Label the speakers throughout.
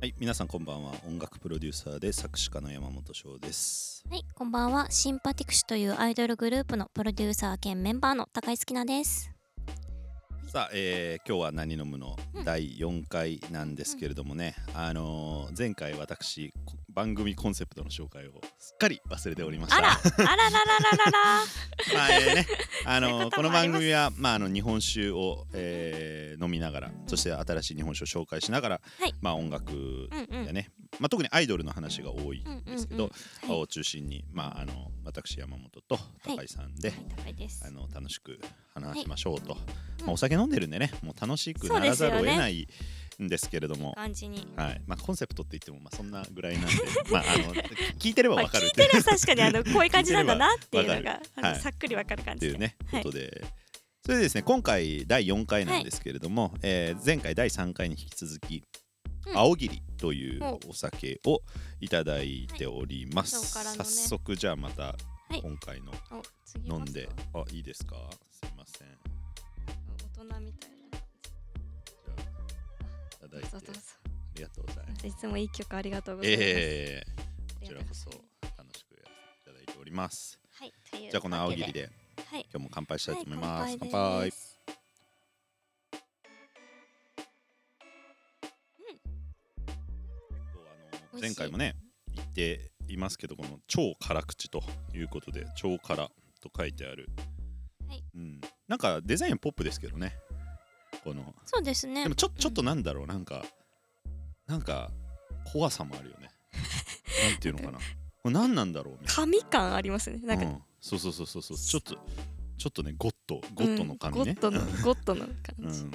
Speaker 1: はい、皆さんこんばんは。音楽プロデューサーで作詞家の山本翔です。
Speaker 2: はい、こんばんは。シンパティクシュというアイドルグループのプロデューサー兼メンバーの高井月菜です。
Speaker 1: さあ、えー今日は何飲むの
Speaker 2: うん
Speaker 1: 第4回なんですけれどもね、あのー前回私こ番組コンセプトの紹介をすっかり忘れておりました。
Speaker 2: あら、あらららららら。
Speaker 1: ま あえーね、あ
Speaker 2: そういう
Speaker 1: の
Speaker 2: ことも
Speaker 1: この
Speaker 2: あり
Speaker 1: 番
Speaker 2: ます
Speaker 1: 組はまああの日本酒を、えー飲みながら、そして新しい日本酒を紹介しながら、
Speaker 2: はい
Speaker 1: まあ音楽
Speaker 2: うんうん。
Speaker 1: やね、まあ特にアイドルの話が多い
Speaker 2: うんうんうん
Speaker 1: ですけど、
Speaker 2: はい
Speaker 1: を中心にまああの私山本と高井さんで、
Speaker 2: はい、高井です
Speaker 1: あ。の楽しく話しましょうと、
Speaker 2: うん
Speaker 1: まあ、お酒飲んでるんでねもう楽しく
Speaker 2: そ
Speaker 1: な
Speaker 2: うで
Speaker 1: ら
Speaker 2: す
Speaker 1: ざ
Speaker 2: よ
Speaker 1: る
Speaker 2: ね
Speaker 1: を得ないんですけれども、
Speaker 2: 感じに。
Speaker 1: はいまあ、コンセプトって言ってもまあそんなぐらいなん でまああの聞いてれば
Speaker 2: まあ、
Speaker 1: わかる
Speaker 2: 聞
Speaker 1: っ
Speaker 2: い
Speaker 1: て
Speaker 2: て
Speaker 1: い
Speaker 2: る
Speaker 1: う
Speaker 2: 確かにあのこういう感じなんだなっていうの
Speaker 1: 聞いてれ
Speaker 2: があ
Speaker 1: は
Speaker 2: の
Speaker 1: い
Speaker 2: さっくりわかる感
Speaker 1: っ
Speaker 2: じ
Speaker 1: ていう
Speaker 2: で。
Speaker 1: ね、
Speaker 2: はい
Speaker 1: ことでそれでですね今回第4回なんですけれども、えー前回第3回に引き続き、
Speaker 2: うん
Speaker 1: 青霧という
Speaker 2: お
Speaker 1: お酒をいただいております、
Speaker 2: はい今日からのね
Speaker 1: 早速じゃあまた
Speaker 2: い
Speaker 1: 今回の
Speaker 2: お、次
Speaker 1: 飲ん
Speaker 2: ますか
Speaker 1: で、あいいですかすいません
Speaker 2: 大人みたいな。
Speaker 1: じゃあいただいて
Speaker 2: そうそう
Speaker 1: あ
Speaker 2: そ
Speaker 1: りがとうございます
Speaker 2: う。いつもいい曲ありがとうございます。
Speaker 1: ええこちらこそ
Speaker 2: ありがとう
Speaker 1: 楽しくやっていただいております
Speaker 2: はい、という
Speaker 1: じゃあこの青
Speaker 2: わ
Speaker 1: 霧
Speaker 2: けで。
Speaker 1: で
Speaker 2: はい。
Speaker 1: 今日も乾杯したいと思います、
Speaker 2: はい
Speaker 1: 乾
Speaker 2: 乾
Speaker 1: 杯
Speaker 2: 杯です
Speaker 1: あの前回もね言っていますけどこの超辛口ということで超辛と書いてある、
Speaker 2: はい
Speaker 1: うん、なんかデザインポップですけどねこの
Speaker 2: そうですね
Speaker 1: でも。ちょちょっとなんだろうなんかなんか怖さもあるよねなんていうのかなこれ何なんだろうみたい
Speaker 2: 神感ありますね。
Speaker 1: な
Speaker 2: なんか
Speaker 1: うん、そうそうそうそうそうちょっとちょっとねゴッドゴッドの感じ
Speaker 2: うん
Speaker 1: ね、
Speaker 2: ゴッドのゴッドの
Speaker 1: う
Speaker 2: 感じ。
Speaker 1: ん、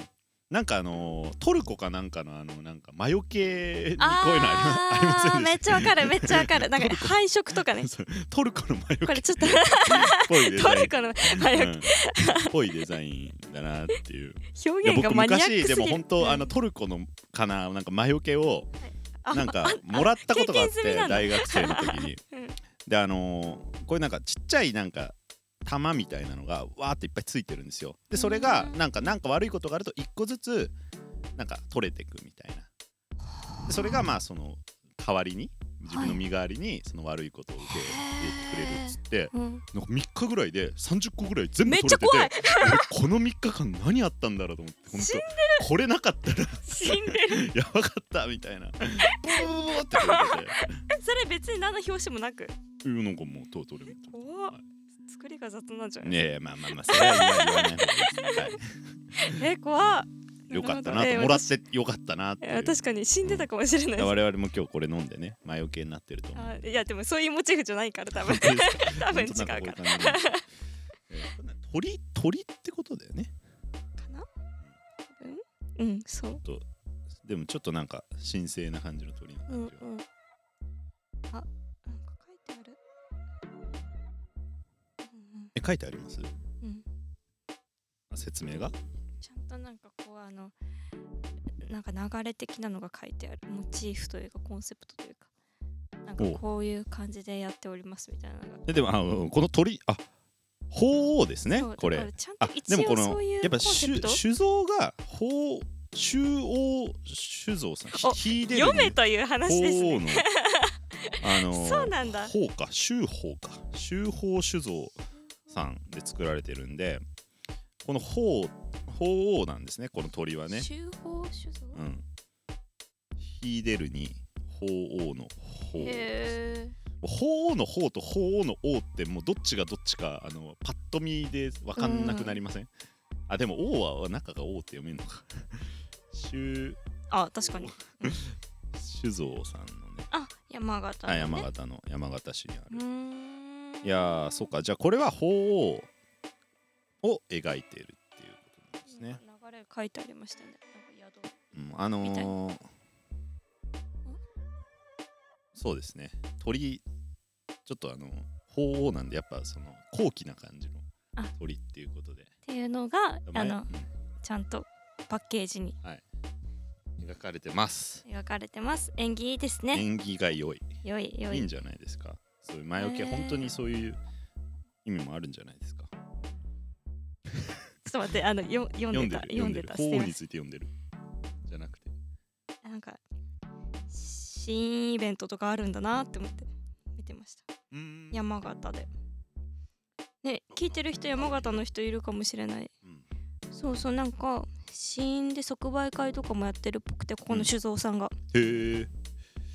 Speaker 1: なんかあのートルコかなんかのあのなんか魔除けにこういうの
Speaker 2: あ
Speaker 1: ありまありませんで
Speaker 2: ーめ
Speaker 1: した
Speaker 2: っちゃわかるめっちゃわかるなん
Speaker 1: ト
Speaker 2: か
Speaker 1: ルコ
Speaker 2: 配色とかね
Speaker 1: そう トルコの魔
Speaker 2: こ
Speaker 1: 除けっ
Speaker 2: れちょっと
Speaker 1: ぽいデザ
Speaker 2: ト
Speaker 1: イン
Speaker 2: ルコの配色
Speaker 1: うんっぽいデザインだなっていう。い
Speaker 2: 表
Speaker 1: や
Speaker 2: 現が
Speaker 1: 僕
Speaker 2: マニアックすぎ
Speaker 1: 昔
Speaker 2: る
Speaker 1: でも本当あ
Speaker 2: うん
Speaker 1: のトルコのかななんか魔除けを
Speaker 2: あ
Speaker 1: なんか もらったことがあっ
Speaker 2: 経験済み
Speaker 1: て
Speaker 2: なんだ
Speaker 1: 大学生の時に
Speaker 2: うん。
Speaker 1: であのーこういうなんかちっちゃいなんか玉みたいなのがわーっていっぱいついてるんですよ。でそれが
Speaker 2: うん
Speaker 1: なんかなんか悪いことがあると一個ずつなんか取れてくみたいな。でそれがまあその代わりに自分の身代わりにその悪いことを受け入れてくれるっつって。
Speaker 2: うん
Speaker 1: なんか3日ぐらいで30個ぐらい全部
Speaker 2: めっ
Speaker 1: 取れ
Speaker 2: ちゃ
Speaker 1: てて俺この3日間何あったんだろうと思って本
Speaker 2: 死ん
Speaker 1: 当これなかったら
Speaker 2: 死んでる
Speaker 1: やばかったみたいなブーブーブーって取れて
Speaker 2: それ別に何の表紙もなく
Speaker 1: てうんなんかもうとうとう俺も
Speaker 2: 怖っ作りが雑なんじゃない、
Speaker 1: ねえまあまあまあそれは言わ言わない方がいいです、は
Speaker 2: え怖っ
Speaker 1: い、よかった
Speaker 2: る
Speaker 1: な
Speaker 2: ほど
Speaker 1: ともらってよかったなってい
Speaker 2: え私え
Speaker 1: う
Speaker 2: 確かに死んでたかもしれないです
Speaker 1: 我々も今日これ飲んでね前置きになってると思う
Speaker 2: あいやでもそういうモチーフじゃないから 多分
Speaker 1: 本当ですか
Speaker 2: 多分違う
Speaker 1: 本
Speaker 2: から
Speaker 1: 当なんこういう感じでえーこれな鳥鳥ってことだよね
Speaker 2: かなうんうんそう
Speaker 1: でもちょっとなんか神聖な感じの鳥の
Speaker 2: うんう
Speaker 1: 感
Speaker 2: ん
Speaker 1: じが
Speaker 2: あなんか書いてあるうん
Speaker 1: え書いてあります
Speaker 2: うんうん
Speaker 1: 説明が
Speaker 2: ちゃんとなんかこうあのなんか流れ的なのが書いてあるモチーフというかコンセプトというかなんか
Speaker 1: おう
Speaker 2: こういう感じでやっておりますみたいなのが
Speaker 1: えでもあうんこの鳥あ鳳凰ですね
Speaker 2: そう
Speaker 1: こ
Speaker 2: だか
Speaker 1: れ
Speaker 2: らちゃん
Speaker 1: あ
Speaker 2: と一
Speaker 1: でもこ
Speaker 2: 応
Speaker 1: の
Speaker 2: そういう
Speaker 1: やっ
Speaker 2: コ
Speaker 1: ぱ
Speaker 2: ンセ
Speaker 1: 酒
Speaker 2: プト
Speaker 1: 酒造が鳳中王酒造さん
Speaker 2: お
Speaker 1: ひ秀でる
Speaker 2: 読めという話です
Speaker 1: 鳳凰
Speaker 2: ね
Speaker 1: のあ の
Speaker 2: そうなんだ
Speaker 1: 鳳か秋鳳か秋鳳酒造さんで作られてるんでこの鳳鳳凰なんですねこの鳥はね
Speaker 2: 修法酒造
Speaker 1: うん秀でるに鳳凰の鳳
Speaker 2: へ
Speaker 1: 鳳凰の鳳と鳳凰の王ってもうどっちがどっちかあのパッと見で分かんなくなりません、あでも王は中が王って読める のか酒
Speaker 2: あ確かに
Speaker 1: 酒造さんのね
Speaker 2: あ山形、
Speaker 1: あ
Speaker 2: ね、
Speaker 1: 山形の山形市にあ
Speaker 2: う
Speaker 1: る、
Speaker 2: ーん
Speaker 1: いやーそうかじゃあこれは鳳凰を描いてるっていうことなんですね、
Speaker 2: 流れ書いてありましたねなんか宿
Speaker 1: うん、あの
Speaker 2: みたい
Speaker 1: ー、そうですね鳥ちょっとあの鳳凰なんでやっぱその高貴な感じの
Speaker 2: あ
Speaker 1: 鳥っていうことで
Speaker 2: っていうのがあ
Speaker 1: 前
Speaker 2: の
Speaker 1: うん
Speaker 2: ちゃんとパッケージに
Speaker 1: 描かれてます。
Speaker 2: 描かれてます演技いいですね
Speaker 1: 縁起が良い。
Speaker 2: 良い良
Speaker 1: いい
Speaker 2: い
Speaker 1: んじゃないですか。そういう前置きは
Speaker 2: へー
Speaker 1: 本当にそういう意味もあるんじゃないですか。
Speaker 2: ちょっと待って、あの、よ、読んでた、
Speaker 1: 読
Speaker 2: 読
Speaker 1: ん
Speaker 2: ん
Speaker 1: で
Speaker 2: で
Speaker 1: る。
Speaker 2: た、
Speaker 1: 読んでる。鳳凰に
Speaker 2: す
Speaker 1: ついて読んでる。じゃなくて。
Speaker 2: いませんなんか。シーンイベントとかあるんだなって思って見てました
Speaker 1: うん
Speaker 2: 山形でね聞いてる人山形の人いるかもしれない
Speaker 1: うん
Speaker 2: そうそうなんか死因で即売会とかもやってるっぽくてここの酒造さんが、
Speaker 1: へえ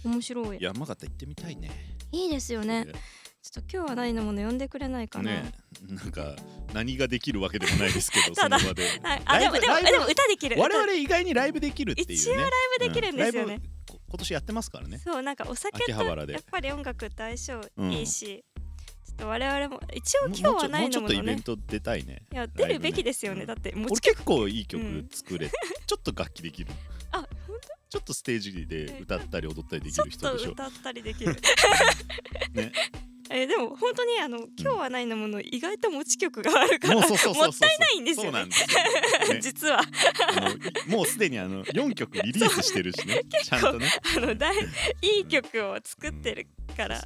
Speaker 2: 面白い
Speaker 1: 山形行ってみたいね
Speaker 2: いいですよねちょっと今日はないのもの呼んでくれないかな、
Speaker 1: ねなんか何ができるわけでもないで すけどそ
Speaker 2: た
Speaker 1: の
Speaker 2: だ
Speaker 1: 場で
Speaker 2: はい、あでも
Speaker 1: ライブ
Speaker 2: でも
Speaker 1: ライブ
Speaker 2: でも歌できる
Speaker 1: 我々
Speaker 2: 歌
Speaker 1: 意外にライブできるっていうね
Speaker 2: 一応ライブできるんですよね
Speaker 1: うライブこ今年やってますからね
Speaker 2: そうなんかお酒
Speaker 1: 秋
Speaker 2: と
Speaker 1: 葉
Speaker 2: や
Speaker 1: 原で
Speaker 2: っぱり音楽と相性
Speaker 1: うん
Speaker 2: いいし、ちょっと我々も一応
Speaker 1: もう
Speaker 2: 今日はな
Speaker 1: も
Speaker 2: いう
Speaker 1: ちょ
Speaker 2: のも
Speaker 1: もうちょっとイ
Speaker 2: の
Speaker 1: ベ
Speaker 2: ね
Speaker 1: ント出たいね
Speaker 2: いや出るべきですよ
Speaker 1: う
Speaker 2: ね
Speaker 1: ん
Speaker 2: だってもう
Speaker 1: 俺
Speaker 2: ちょ
Speaker 1: 結構いい曲
Speaker 2: うん
Speaker 1: 作れ、 ちょっと楽器できる
Speaker 2: あ本
Speaker 1: ちょっとステージで歌ったり踊ったりでき
Speaker 2: ちょ
Speaker 1: る
Speaker 2: っ
Speaker 1: 人
Speaker 2: と
Speaker 1: でしょ
Speaker 2: 歌ったりできる
Speaker 1: ね
Speaker 2: えでも本当にあの今日はないのもの意外と持ち曲があるから
Speaker 1: もうそうそうそうそう
Speaker 2: もったいないんです
Speaker 1: そう
Speaker 2: よ
Speaker 1: な
Speaker 2: ね
Speaker 1: んですよ、ね
Speaker 2: 実は
Speaker 1: あのいもうすでにあの4曲リリースしてる しねちゃんとね
Speaker 2: あのだいいい曲を作ってるから、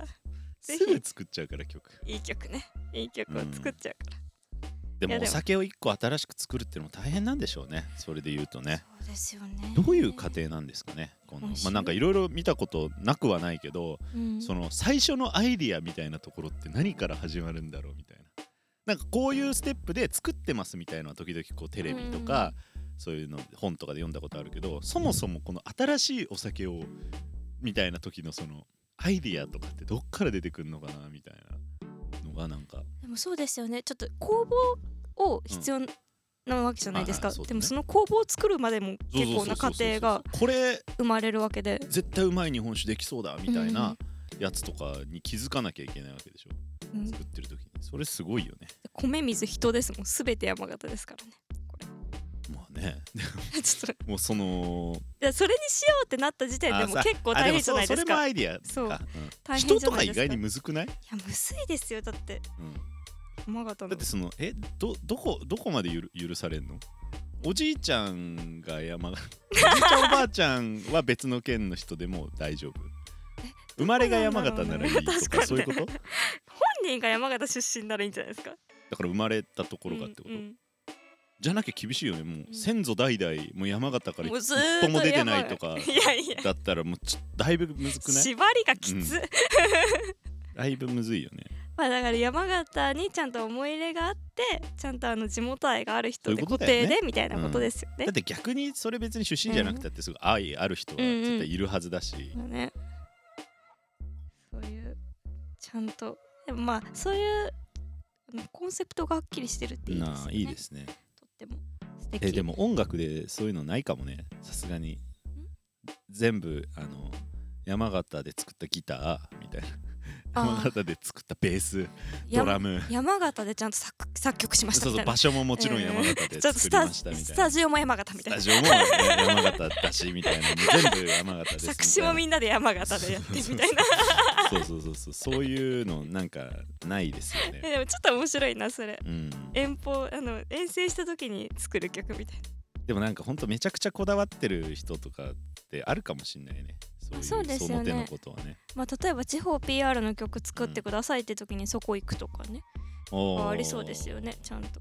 Speaker 2: ぜひ
Speaker 1: すぐ作っちゃうから曲
Speaker 2: いい曲ねいい曲を作っちゃうか
Speaker 1: で
Speaker 2: いや
Speaker 1: も
Speaker 2: で
Speaker 1: お
Speaker 2: も
Speaker 1: 酒を1個新しく作るっていうのも大変なんでしょうねそれで言うと
Speaker 2: ら、
Speaker 1: ね
Speaker 2: そうですよね
Speaker 1: どういう過、程なんですかねこの
Speaker 2: 面白い
Speaker 1: まあなんかいろいろ見たことなくはないけど
Speaker 2: うん
Speaker 1: その最初のアイディアみたいなところって何から始まるんだろうみたいななんかこういうステップで作ってますみたいなのは時々こうテレビとかそういうの本とかで読んだことあるけどそもそもこの新しいお酒をみたいな時のそのアイディアとかってどっから出てくるのかなみたいなのがなんか
Speaker 2: でもそうですよねちょっと工房を必要なわけじゃないですか、
Speaker 1: はいはいそうだね
Speaker 2: でもその工房を作るまでも結構な過程が
Speaker 1: これ
Speaker 2: 生まれるわけで
Speaker 1: 絶対うまい日本酒できそうだみたい
Speaker 2: うん
Speaker 1: なやつとかに気づかなきゃいけないわけでしょ
Speaker 2: うん
Speaker 1: 作ってる時にそれすごいよね
Speaker 2: 米水人ですもん全て山形ですからね こ
Speaker 1: まあね
Speaker 2: れちょっと
Speaker 1: もうその
Speaker 2: いやそれにしようってなった時点で
Speaker 1: あ
Speaker 2: も
Speaker 1: さ
Speaker 2: 結構
Speaker 1: あ
Speaker 2: 大
Speaker 1: も
Speaker 2: 変じゃないです
Speaker 1: そうそれも
Speaker 2: か
Speaker 1: アイディアか
Speaker 2: そうん大変
Speaker 1: 人
Speaker 2: じゃ
Speaker 1: と
Speaker 2: な
Speaker 1: か
Speaker 2: いで
Speaker 1: 意
Speaker 2: すか
Speaker 1: 外にむずくない、
Speaker 2: いやむずいですよだって
Speaker 1: うん
Speaker 2: 山形
Speaker 1: だ
Speaker 2: の
Speaker 1: ってそのえどどこどこまでゆる許されんのおじいちゃんが山が おじいちゃんおばあちゃんは別の県の人でも大丈夫生まれが山形ならいい と
Speaker 2: 確か
Speaker 1: か
Speaker 2: に
Speaker 1: そういうことだか
Speaker 2: 本人が山形出身ならいいんじゃないですから
Speaker 1: 生まれたところがってこと、
Speaker 2: うんうん
Speaker 1: じゃなきゃ厳しいよねもう、
Speaker 2: うん
Speaker 1: 先祖代々もう山形から
Speaker 2: もう
Speaker 1: 一
Speaker 2: ずーっと
Speaker 1: 歩も出てないとか
Speaker 2: 山形いやいや
Speaker 1: だったらもうちょっとだいぶむずくない
Speaker 2: 縛りがきつ、
Speaker 1: だいぶむずいよね
Speaker 2: まあだから山形にちゃんと思い入れがあってちゃんとあの地元愛がある人
Speaker 1: そう
Speaker 2: で
Speaker 1: いうこ
Speaker 2: 固
Speaker 1: とだよね
Speaker 2: 定でみたいなことですよね
Speaker 1: だっ。て逆にそれ別に出身じゃなくたってすごい愛ある人は絶対いるはずだし、
Speaker 2: そうねそういうちゃんとでもまあそういうあのコンセプトがはっきりしてるっていいです
Speaker 1: な
Speaker 2: よ
Speaker 1: あ
Speaker 2: ね。
Speaker 1: いいですね
Speaker 2: とっても素敵
Speaker 1: えでも音楽でそういうのないかもねさすがに全部あの山形で作ったギターみたいな
Speaker 2: あー
Speaker 1: 山形で作ったベース
Speaker 2: や
Speaker 1: ドラム
Speaker 2: 山形でちゃんと作作曲しました
Speaker 1: そう
Speaker 2: み
Speaker 1: そ
Speaker 2: た
Speaker 1: う
Speaker 2: いな。
Speaker 1: 場所ももちろん山形
Speaker 2: えー
Speaker 1: で
Speaker 2: ちょっと
Speaker 1: 作
Speaker 2: ス
Speaker 1: り
Speaker 2: タ
Speaker 1: ましたみ
Speaker 2: ス
Speaker 1: たいな
Speaker 2: タジオも山形み
Speaker 1: ス
Speaker 2: たい
Speaker 1: タ
Speaker 2: な
Speaker 1: ジオもね山形だしみたいなもう全部山形ですみたいな
Speaker 2: 作詞もみんなで山形でやってみたいな
Speaker 1: そうそうそうそうそういうのなんかないですよね
Speaker 2: えでもちょっと面白いなそれ
Speaker 1: うん
Speaker 2: 遠方あの遠征した時に作る曲みたい
Speaker 1: でもなんかほんとめちゃくちゃこだわってる人とかってあるかもしんないねそういう
Speaker 2: あそうですよね
Speaker 1: その手のことはね
Speaker 2: な、まあ、例えば地方 PR の曲作ってくださいって時にそこ行くとかね、
Speaker 1: おー
Speaker 2: ありそうですよねちゃんと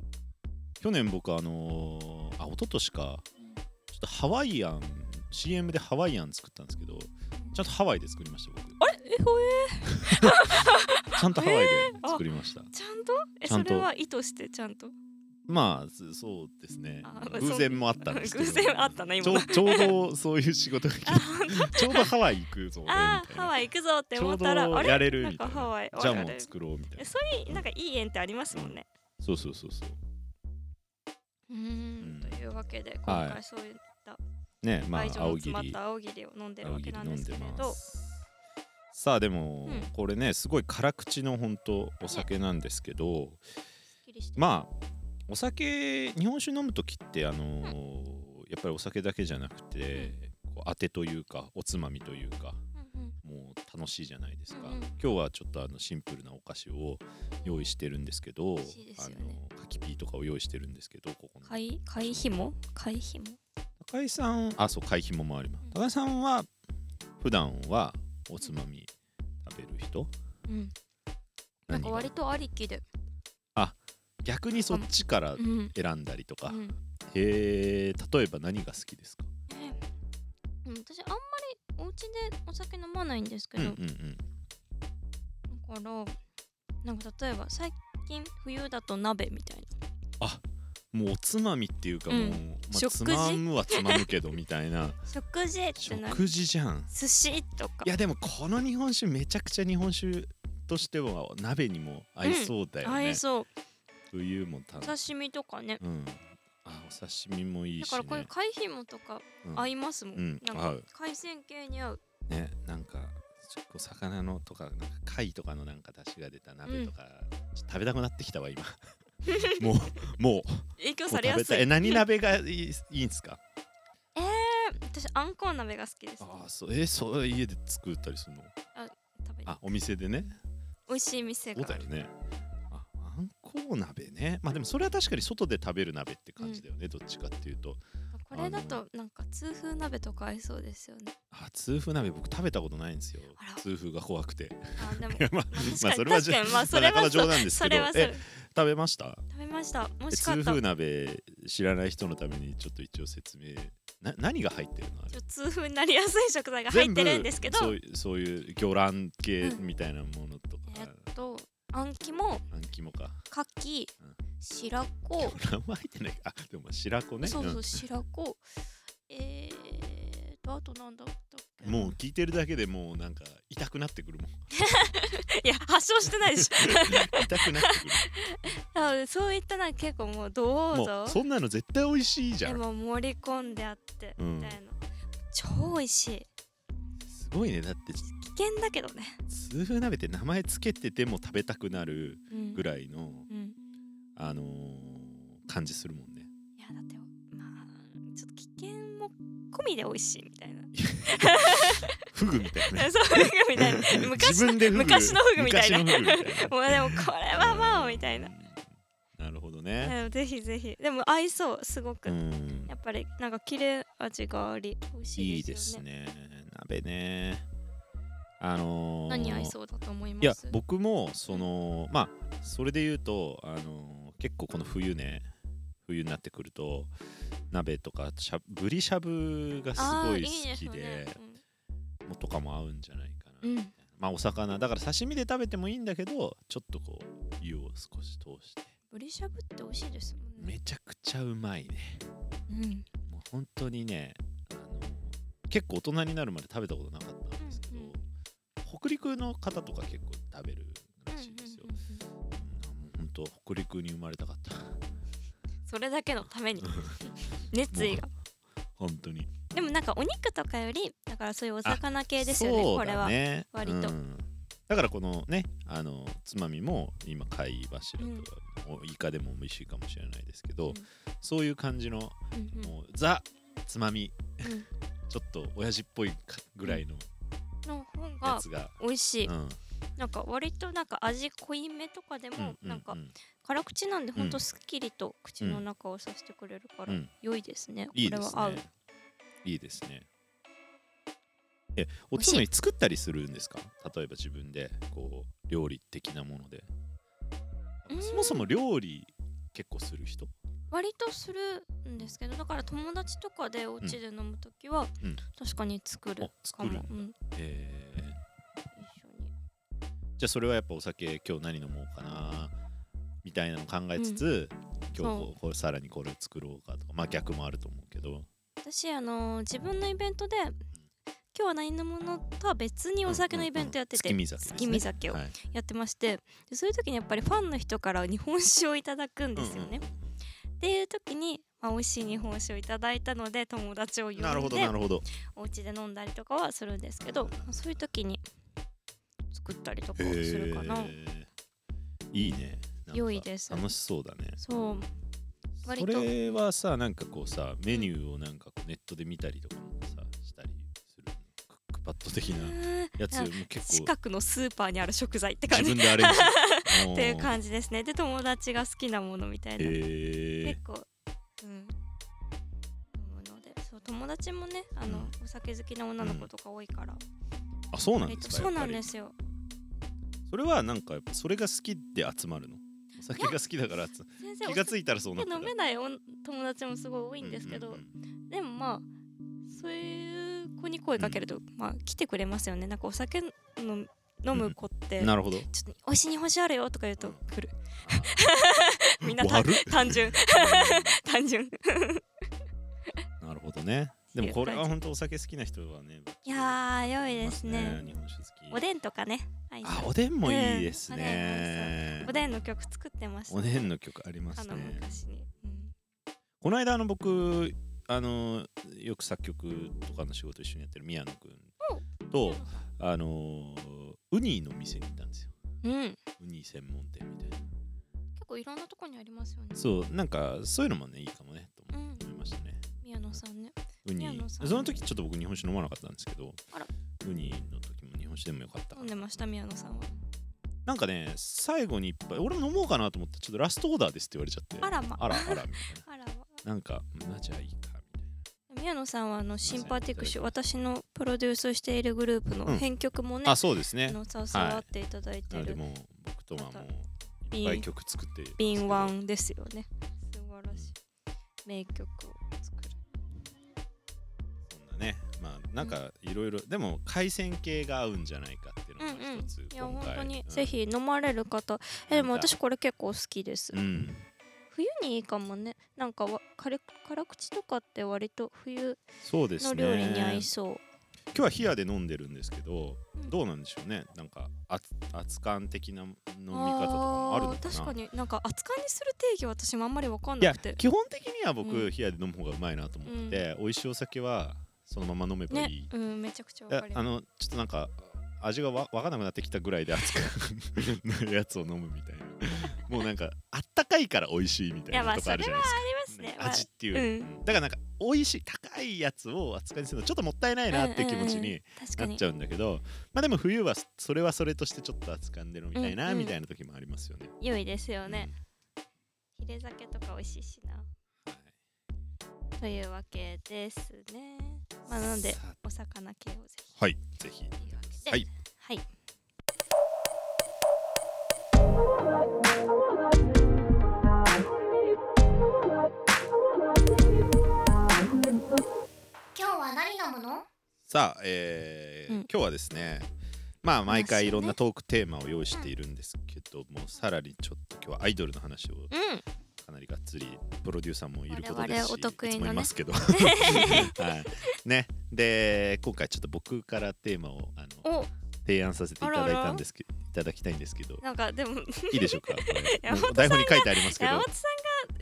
Speaker 1: 去年僕あのーあ一昨年かちょっとハワイアン CM でハワイアン作ったんですけどちゃんとハワイで作りました僕
Speaker 2: あれえほえ
Speaker 1: ちゃんとハワイで作りました、
Speaker 2: ちゃんとえ
Speaker 1: ちゃんと
Speaker 2: それは意図してちゃ んと
Speaker 1: まあそそうですね
Speaker 2: あまあ
Speaker 1: 偶然もあったんですけど
Speaker 2: そう偶然あったな今
Speaker 1: ちょちょうどそういう仕事 が来てちょうどハワイ行くぞ俺
Speaker 2: あー
Speaker 1: みたいな
Speaker 2: ハワイ行くぞって
Speaker 1: ちょ
Speaker 2: 思
Speaker 1: う
Speaker 2: っ
Speaker 1: ど
Speaker 2: たらあ
Speaker 1: や
Speaker 2: れ
Speaker 1: れる
Speaker 2: なん
Speaker 1: みた
Speaker 2: か
Speaker 1: いな
Speaker 2: ハワイ
Speaker 1: じゃあ
Speaker 2: あ
Speaker 1: もう
Speaker 2: れ
Speaker 1: 作ろうみたいな
Speaker 2: えそういうなんかいい縁ってありますもんね
Speaker 1: そうそうそうそう
Speaker 2: うん
Speaker 1: うん
Speaker 2: というわけで
Speaker 1: はい
Speaker 2: 今回そういった
Speaker 1: ねまあ
Speaker 2: 愛情の
Speaker 1: 青
Speaker 2: 詰まっ
Speaker 1: 霧
Speaker 2: た青霧を飲んでる
Speaker 1: 青
Speaker 2: わけ
Speaker 1: 霧
Speaker 2: なん
Speaker 1: 飲
Speaker 2: で
Speaker 1: ん
Speaker 2: すけ
Speaker 1: で
Speaker 2: れ
Speaker 1: ま
Speaker 2: ど
Speaker 1: すさあでも、
Speaker 2: うん
Speaker 1: これねすごい辛口の本当お酒なんですけど、
Speaker 2: あ
Speaker 1: まあお酒日本酒飲む時ってあのーやっぱりお酒だけじゃなくて、こう当てというかおつまみというかもう楽しいじゃないですか、
Speaker 2: うんうん
Speaker 1: 今日はちょっとあのシンプルなお菓子を用意してるんですけど
Speaker 2: 味しいですよね
Speaker 1: あの柿ピーとかを用意してるんですけどここの
Speaker 2: 貝貝ひも貝ひも
Speaker 1: 高井さんあそう会費も回ります、
Speaker 2: うん
Speaker 1: 高井さんは普段はおつまみ食べる人
Speaker 2: うんなん
Speaker 1: 何
Speaker 2: か
Speaker 1: が
Speaker 2: 割とありきで
Speaker 1: 逆にそっちから
Speaker 2: うん
Speaker 1: 選んだりとか、
Speaker 2: うん
Speaker 1: へえ例えば何が好きですか
Speaker 2: えーうん私あんまりおお家でお酒飲まないんですけ
Speaker 1: うん
Speaker 2: ど、
Speaker 1: うんうん
Speaker 2: だからなんか例えば最近冬だと鍋みたいな
Speaker 1: もうおつまみっていうかもう、
Speaker 2: うん
Speaker 1: まあ
Speaker 2: 食事
Speaker 1: つまむはつまむけどみた いな
Speaker 2: 食事ってな
Speaker 1: 食事じゃん
Speaker 2: 寿司とか
Speaker 1: いやでもこの日本酒めちゃくちゃ日本酒としては鍋にも合いそうだよね、
Speaker 2: 合いそう
Speaker 1: 冬もた
Speaker 2: お刺身とかね
Speaker 1: うんあお刺身もいい
Speaker 2: だ
Speaker 1: し、
Speaker 2: か
Speaker 1: ね、
Speaker 2: らこういう貝ひもとか
Speaker 1: うん
Speaker 2: 合いますもん、
Speaker 1: うん
Speaker 2: なん
Speaker 1: 合
Speaker 2: か
Speaker 1: う
Speaker 2: 海鮮系に合う
Speaker 1: ねなんか結構魚のとかなんか貝とかのなんか出汁が出た鍋とか、ちょっと食べたくなってきたわ 今もうもう
Speaker 2: 影響
Speaker 1: もう
Speaker 2: さ
Speaker 1: 食
Speaker 2: れや
Speaker 1: べ
Speaker 2: す
Speaker 1: た
Speaker 2: い
Speaker 1: いえ何鍋がいいいいんすか
Speaker 2: 私あんこう鍋が好きです
Speaker 1: ああそうえそれ家で作ったりするの
Speaker 2: 食べに
Speaker 1: あお店でね
Speaker 2: 美味しい店
Speaker 1: そう
Speaker 2: が
Speaker 1: だよねああんこう鍋ねまあでもそれは確かに外で食べる鍋って感じだよね、どっちかっていうと
Speaker 2: これだとなんか痛風鍋とか合いそうですよね
Speaker 1: あ痛風鍋僕食べたことないんですよ
Speaker 2: あら
Speaker 1: 痛風が怖くて
Speaker 2: あでも
Speaker 1: まあまあそ
Speaker 2: 確
Speaker 1: れ
Speaker 2: か
Speaker 1: は
Speaker 2: に確かにまあそれ
Speaker 1: まあ
Speaker 2: は
Speaker 1: 冗
Speaker 2: そう
Speaker 1: 談です
Speaker 2: そ
Speaker 1: けど
Speaker 2: れはそう
Speaker 1: え食べました
Speaker 2: 食べました美味しか
Speaker 1: 痛
Speaker 2: った
Speaker 1: 風鍋知らない人のためにちょっと一応説明な何が入ってるのあれ
Speaker 2: ちょっと痛風になりやすい食材が入ってるんですけど
Speaker 1: 全部そういうそういう魚卵系
Speaker 2: うん
Speaker 1: みたいなものと
Speaker 2: え
Speaker 1: か
Speaker 2: っ、とあん肝
Speaker 1: あん肝か
Speaker 2: 牡蠣
Speaker 1: うん
Speaker 2: 白
Speaker 1: 魚
Speaker 2: 子
Speaker 1: 卵も入ってないあでもまあ白子ね
Speaker 2: そうそううん白子えーとあとなんだったっけ
Speaker 1: もう聞いてるだけでもうなんか痛くなってくるもん
Speaker 2: いや発症してないでしょ
Speaker 1: 痛くなってくる
Speaker 2: なのでそういったのは結構もうどうぞ
Speaker 1: もうそんなの絶対美味しいじゃ
Speaker 2: で
Speaker 1: ん
Speaker 2: も盛り込んであって
Speaker 1: うん
Speaker 2: みたいな、超美味しい
Speaker 1: すごいねだって
Speaker 2: 危険だけどね、
Speaker 1: 痛風鍋って名前つけてても食べたくなる
Speaker 2: うん、
Speaker 1: ぐらいの、
Speaker 2: うん、
Speaker 1: あのー感じするもんね
Speaker 2: いやだってまあちょっと危険も込みで美味しいみたいな
Speaker 1: フグみたい な
Speaker 2: そうフグみたいな昔
Speaker 1: 自
Speaker 2: の
Speaker 1: 分でフグ
Speaker 2: 昔のフグみたいな
Speaker 1: 昔のフグみたいな
Speaker 2: もうでもこれはまあみたいな
Speaker 1: うんなるほどね
Speaker 2: でもぜひぜひでも合いそうすごく、
Speaker 1: うん
Speaker 2: やっぱりなんか切れ味があり美味し
Speaker 1: いい
Speaker 2: い
Speaker 1: で
Speaker 2: です
Speaker 1: す
Speaker 2: よね
Speaker 1: ね鍋ねあのー
Speaker 2: 何合いそうだと思います
Speaker 1: いや僕もそのまあそれで言うとあのー結構この冬ね冬になってくると鍋とかしゃぶりしゃぶがす
Speaker 2: あ
Speaker 1: ご
Speaker 2: ー
Speaker 1: い
Speaker 2: い
Speaker 1: 好
Speaker 2: す
Speaker 1: き
Speaker 2: よ
Speaker 1: で
Speaker 2: ね
Speaker 1: もうとかも合うんじゃないかな、
Speaker 2: うんうん
Speaker 1: まあお魚だから刺身で食べてもいいんだけどちょっとこう湯を少し通して
Speaker 2: ブリしゃぶって美味しいですもんね
Speaker 1: めちゃくちゃうまいね
Speaker 2: うん
Speaker 1: もう本当にねあの結構大人になるまで食べたことなかったんですけど、
Speaker 2: うんうん
Speaker 1: 北陸の方とか結構食べるらしいですよ
Speaker 2: うん、うんうんうん
Speaker 1: うんもう本当北陸に生まれたかった
Speaker 2: それだけのために熱意が
Speaker 1: 本当に
Speaker 2: でもなんかお肉とかよりだからそういうお魚系ですよね
Speaker 1: そう
Speaker 2: これ
Speaker 1: だ
Speaker 2: は
Speaker 1: ね
Speaker 2: これは割と
Speaker 1: うんだからこのねあのつまみも今貝柱とか、おイカでも美味しいかもしれないですけど、
Speaker 2: うん
Speaker 1: そういう感じの
Speaker 2: うんうん
Speaker 1: もうザつまみ
Speaker 2: うん
Speaker 1: ちょっと親父っぽいかぐらいの
Speaker 2: の方
Speaker 1: や
Speaker 2: が
Speaker 1: つが、
Speaker 2: 美味しい、
Speaker 1: うん
Speaker 2: なんか割となんか味濃いめとかで
Speaker 1: う
Speaker 2: も
Speaker 1: うう
Speaker 2: なんか辛口なんでほんとすっきりと口の中をさせてくれるから
Speaker 1: うん
Speaker 2: 良いですね、
Speaker 1: いい
Speaker 2: これ
Speaker 1: で
Speaker 2: は
Speaker 1: す
Speaker 2: 合う
Speaker 1: ねいいですねえおつまみ作ったりするんですか例えば自分でこう料理的なもので
Speaker 2: うーん
Speaker 1: そもそも料理結構する人
Speaker 2: 割とするんですけどだから友達とかでお家で飲む時は
Speaker 1: うん
Speaker 2: 確かに作るか
Speaker 1: あ
Speaker 2: も、
Speaker 1: 作
Speaker 2: うん
Speaker 1: えー
Speaker 2: 一緒に
Speaker 1: じゃあそれはやっぱお酒今日何飲もうかなみたいなの考えつつ、今日こうこれさらにこれを作ろうかとかまあ逆もあると思うけど
Speaker 2: 私あのー自分のイベントで今日は何のものとは別にお酒のイベントやってて、
Speaker 1: うんうんうん月見酒ですね
Speaker 2: 月見酒を
Speaker 1: はい
Speaker 2: やってまして、でそういう時にやっぱりファンの人から日本酒をいただくんですよね。
Speaker 1: うんうん
Speaker 2: っていう時に、まあ、美味しい日本酒をいただいたので友達を呼んで
Speaker 1: なるほどなるほど
Speaker 2: お家で飲んだりとかはするんですけど、まあそういう時に作ったりとか
Speaker 1: へ
Speaker 2: はす
Speaker 1: ー
Speaker 2: るかな。
Speaker 1: いいねなんか
Speaker 2: 良いです
Speaker 1: 楽しそうだね
Speaker 2: そう割
Speaker 1: そ
Speaker 2: と
Speaker 1: れはさなんかこうさメニューをなんかこうネットで見たりとかもさしたりするクックパッド的な
Speaker 2: うん
Speaker 1: やつも結構
Speaker 2: 近くのスーパーにある食材って感
Speaker 1: 自
Speaker 2: じっ
Speaker 1: 分でアレ ンジって
Speaker 2: いう感じですねで友達が好きなものみたいな
Speaker 1: へえ
Speaker 2: 結構うん飲むのでそう友達もねあの、お酒好きな女の子とか多いから、
Speaker 1: あそうなん
Speaker 2: 割
Speaker 1: で
Speaker 2: と
Speaker 1: すか
Speaker 2: そうな
Speaker 1: やっ
Speaker 2: ん
Speaker 1: ぱ
Speaker 2: で
Speaker 1: り
Speaker 2: すよ
Speaker 1: それはなんかやっぱそれが好きで集まるのお酒が好きだから集
Speaker 2: 先生
Speaker 1: 気がついたらそう
Speaker 2: お
Speaker 1: なっ
Speaker 2: 酒
Speaker 1: てた
Speaker 2: 飲めないお友達もすごい多いんですけど、
Speaker 1: うううん
Speaker 2: でもまあそういうこに声かけると、まあ来てくれますよねなんかお酒の飲む子って、
Speaker 1: なるほど
Speaker 2: ちょっと美味しい日本酒あるよとか言うと来る みんな単
Speaker 1: 悪っ
Speaker 2: 単純 単純
Speaker 1: なるほどねでもこれは本当お酒好きな人はね
Speaker 2: いやー良いですね
Speaker 1: います日本酒好き
Speaker 2: おでんとかね愛さ
Speaker 1: あ
Speaker 2: ん
Speaker 1: おでんもいいですね
Speaker 2: うん、おでんの曲作ってました、
Speaker 1: おでんの曲ありま
Speaker 2: あ
Speaker 1: す
Speaker 2: の
Speaker 1: ね
Speaker 2: 昔に、うん
Speaker 1: この間あの僕あのよく作曲とかの仕事一緒にやってる宮野くんとあのウニの店に行ったんですよ
Speaker 2: うん、結
Speaker 1: ウニ専門店みたいな
Speaker 2: 構いろんなとこにありますよね
Speaker 1: そうなんかそういうのもねいいかもねと
Speaker 2: う
Speaker 1: 思
Speaker 2: ん
Speaker 1: いましたね
Speaker 2: 宮野さんね
Speaker 1: ウ
Speaker 2: 宮
Speaker 1: ニ
Speaker 2: 野さん
Speaker 1: その時ちょっと僕日本酒飲まなかったんですけど
Speaker 2: あら
Speaker 1: ウニの時も日本酒でもよかったか
Speaker 2: 飲
Speaker 1: なん
Speaker 2: でました宮野さんは
Speaker 1: なんかね最後にいっぱい俺も飲もうかなと思ってちょっとラストオーダーですって言われちゃって
Speaker 2: あらま
Speaker 1: あらあらみたい
Speaker 2: あら
Speaker 1: ななんかまあじゃあいいか
Speaker 2: 宮野さんはあのシンパティクシュ
Speaker 1: いた
Speaker 2: 私のプロデュースしているグループの
Speaker 1: うん
Speaker 2: 編曲もね、
Speaker 1: みたいなあそうです
Speaker 2: あ
Speaker 1: ね
Speaker 2: の携わっていただいて
Speaker 1: なので
Speaker 2: る
Speaker 1: もう僕とはもうい
Speaker 2: 瓶
Speaker 1: っぱい曲作って
Speaker 2: 敏腕ですよね素晴らしい名曲を作る
Speaker 1: そんなねまあなんかいろいろでも海鮮系が合うんじゃないかっていうのが一つ
Speaker 2: いや
Speaker 1: 今
Speaker 2: 本
Speaker 1: 回
Speaker 2: 当に
Speaker 1: うん
Speaker 2: ぜひ飲まれる方えでも私これ結構好きです、
Speaker 1: うん
Speaker 2: 冬にいいかもねなんかわかれ辛口とかって割と冬
Speaker 1: そうです
Speaker 2: の
Speaker 1: ね
Speaker 2: 料理に合いそう
Speaker 1: 今日は冷やで飲んでるんですけど、
Speaker 2: うん
Speaker 1: どうなんでしょうねなんか熱熱感的な飲み
Speaker 2: 飲
Speaker 1: 方とかもあるのかな
Speaker 2: 確かになんか熱燗にする定義は私もあんまり分かん
Speaker 1: いや
Speaker 2: なくて
Speaker 1: 基本的には
Speaker 2: う
Speaker 1: 僕冷やで飲む方がうまいなと思ってて、美味しいお酒はそのまま飲めば
Speaker 2: ね
Speaker 1: いい、
Speaker 2: うんめちゃくちゃ
Speaker 1: い
Speaker 2: 分
Speaker 1: や
Speaker 2: かり
Speaker 1: あ
Speaker 2: ます
Speaker 1: のちょっとなんか味がわわかんなくなってきたぐらいで熱くなるやつを飲むみたいなもうなんかあったかいから美味しいみたい
Speaker 2: いやま
Speaker 1: な
Speaker 2: あ
Speaker 1: とこあるじゃないですか
Speaker 2: ありますね、まあ
Speaker 1: 味っていうより、
Speaker 2: う
Speaker 1: うんだからなんか美味しい高いやつを扱いにするのちょっともったいないなっていう気持ち
Speaker 2: うんうんう
Speaker 1: に
Speaker 2: ん確か
Speaker 1: なっ
Speaker 2: に
Speaker 1: ちゃうんだけど、まあでも冬はそれはそれとしてちょっと扱んで飲みたいな、
Speaker 2: うんうん
Speaker 1: みたいな時もありますよね。
Speaker 2: 良いですよね、ヒレ酒とか美味しいしな
Speaker 1: うん。はい
Speaker 2: というわけですねまあなので
Speaker 1: さあ
Speaker 2: お魚系をぜひ
Speaker 1: はい、ぜひ。
Speaker 2: というわけで
Speaker 1: はい、
Speaker 2: はい、
Speaker 3: 今日は何飲むの
Speaker 1: さあ、えー
Speaker 2: うん
Speaker 1: 今日はですね、まあ毎回いろん
Speaker 2: ま
Speaker 1: な
Speaker 2: あ
Speaker 1: トークテーマを用意しているんですけども、さらにちょっと今日はアイドルの話を
Speaker 2: うん
Speaker 1: かなりがっつりプロデューサーもいること
Speaker 2: 我
Speaker 1: です
Speaker 2: 々
Speaker 1: し、
Speaker 2: お得意
Speaker 1: いつ
Speaker 2: のね
Speaker 1: もいます けど。はい。ね、で今回ちょっと僕からテーマをあの
Speaker 2: お
Speaker 1: 提案させていただい
Speaker 2: あらあ
Speaker 1: た
Speaker 2: ら
Speaker 1: んですけど。いただきたいんです けど、
Speaker 2: なんかでも
Speaker 1: いいでしょうか。これ
Speaker 2: 山本さんが
Speaker 1: もう台本に書いてありますけど
Speaker 2: 山、本さ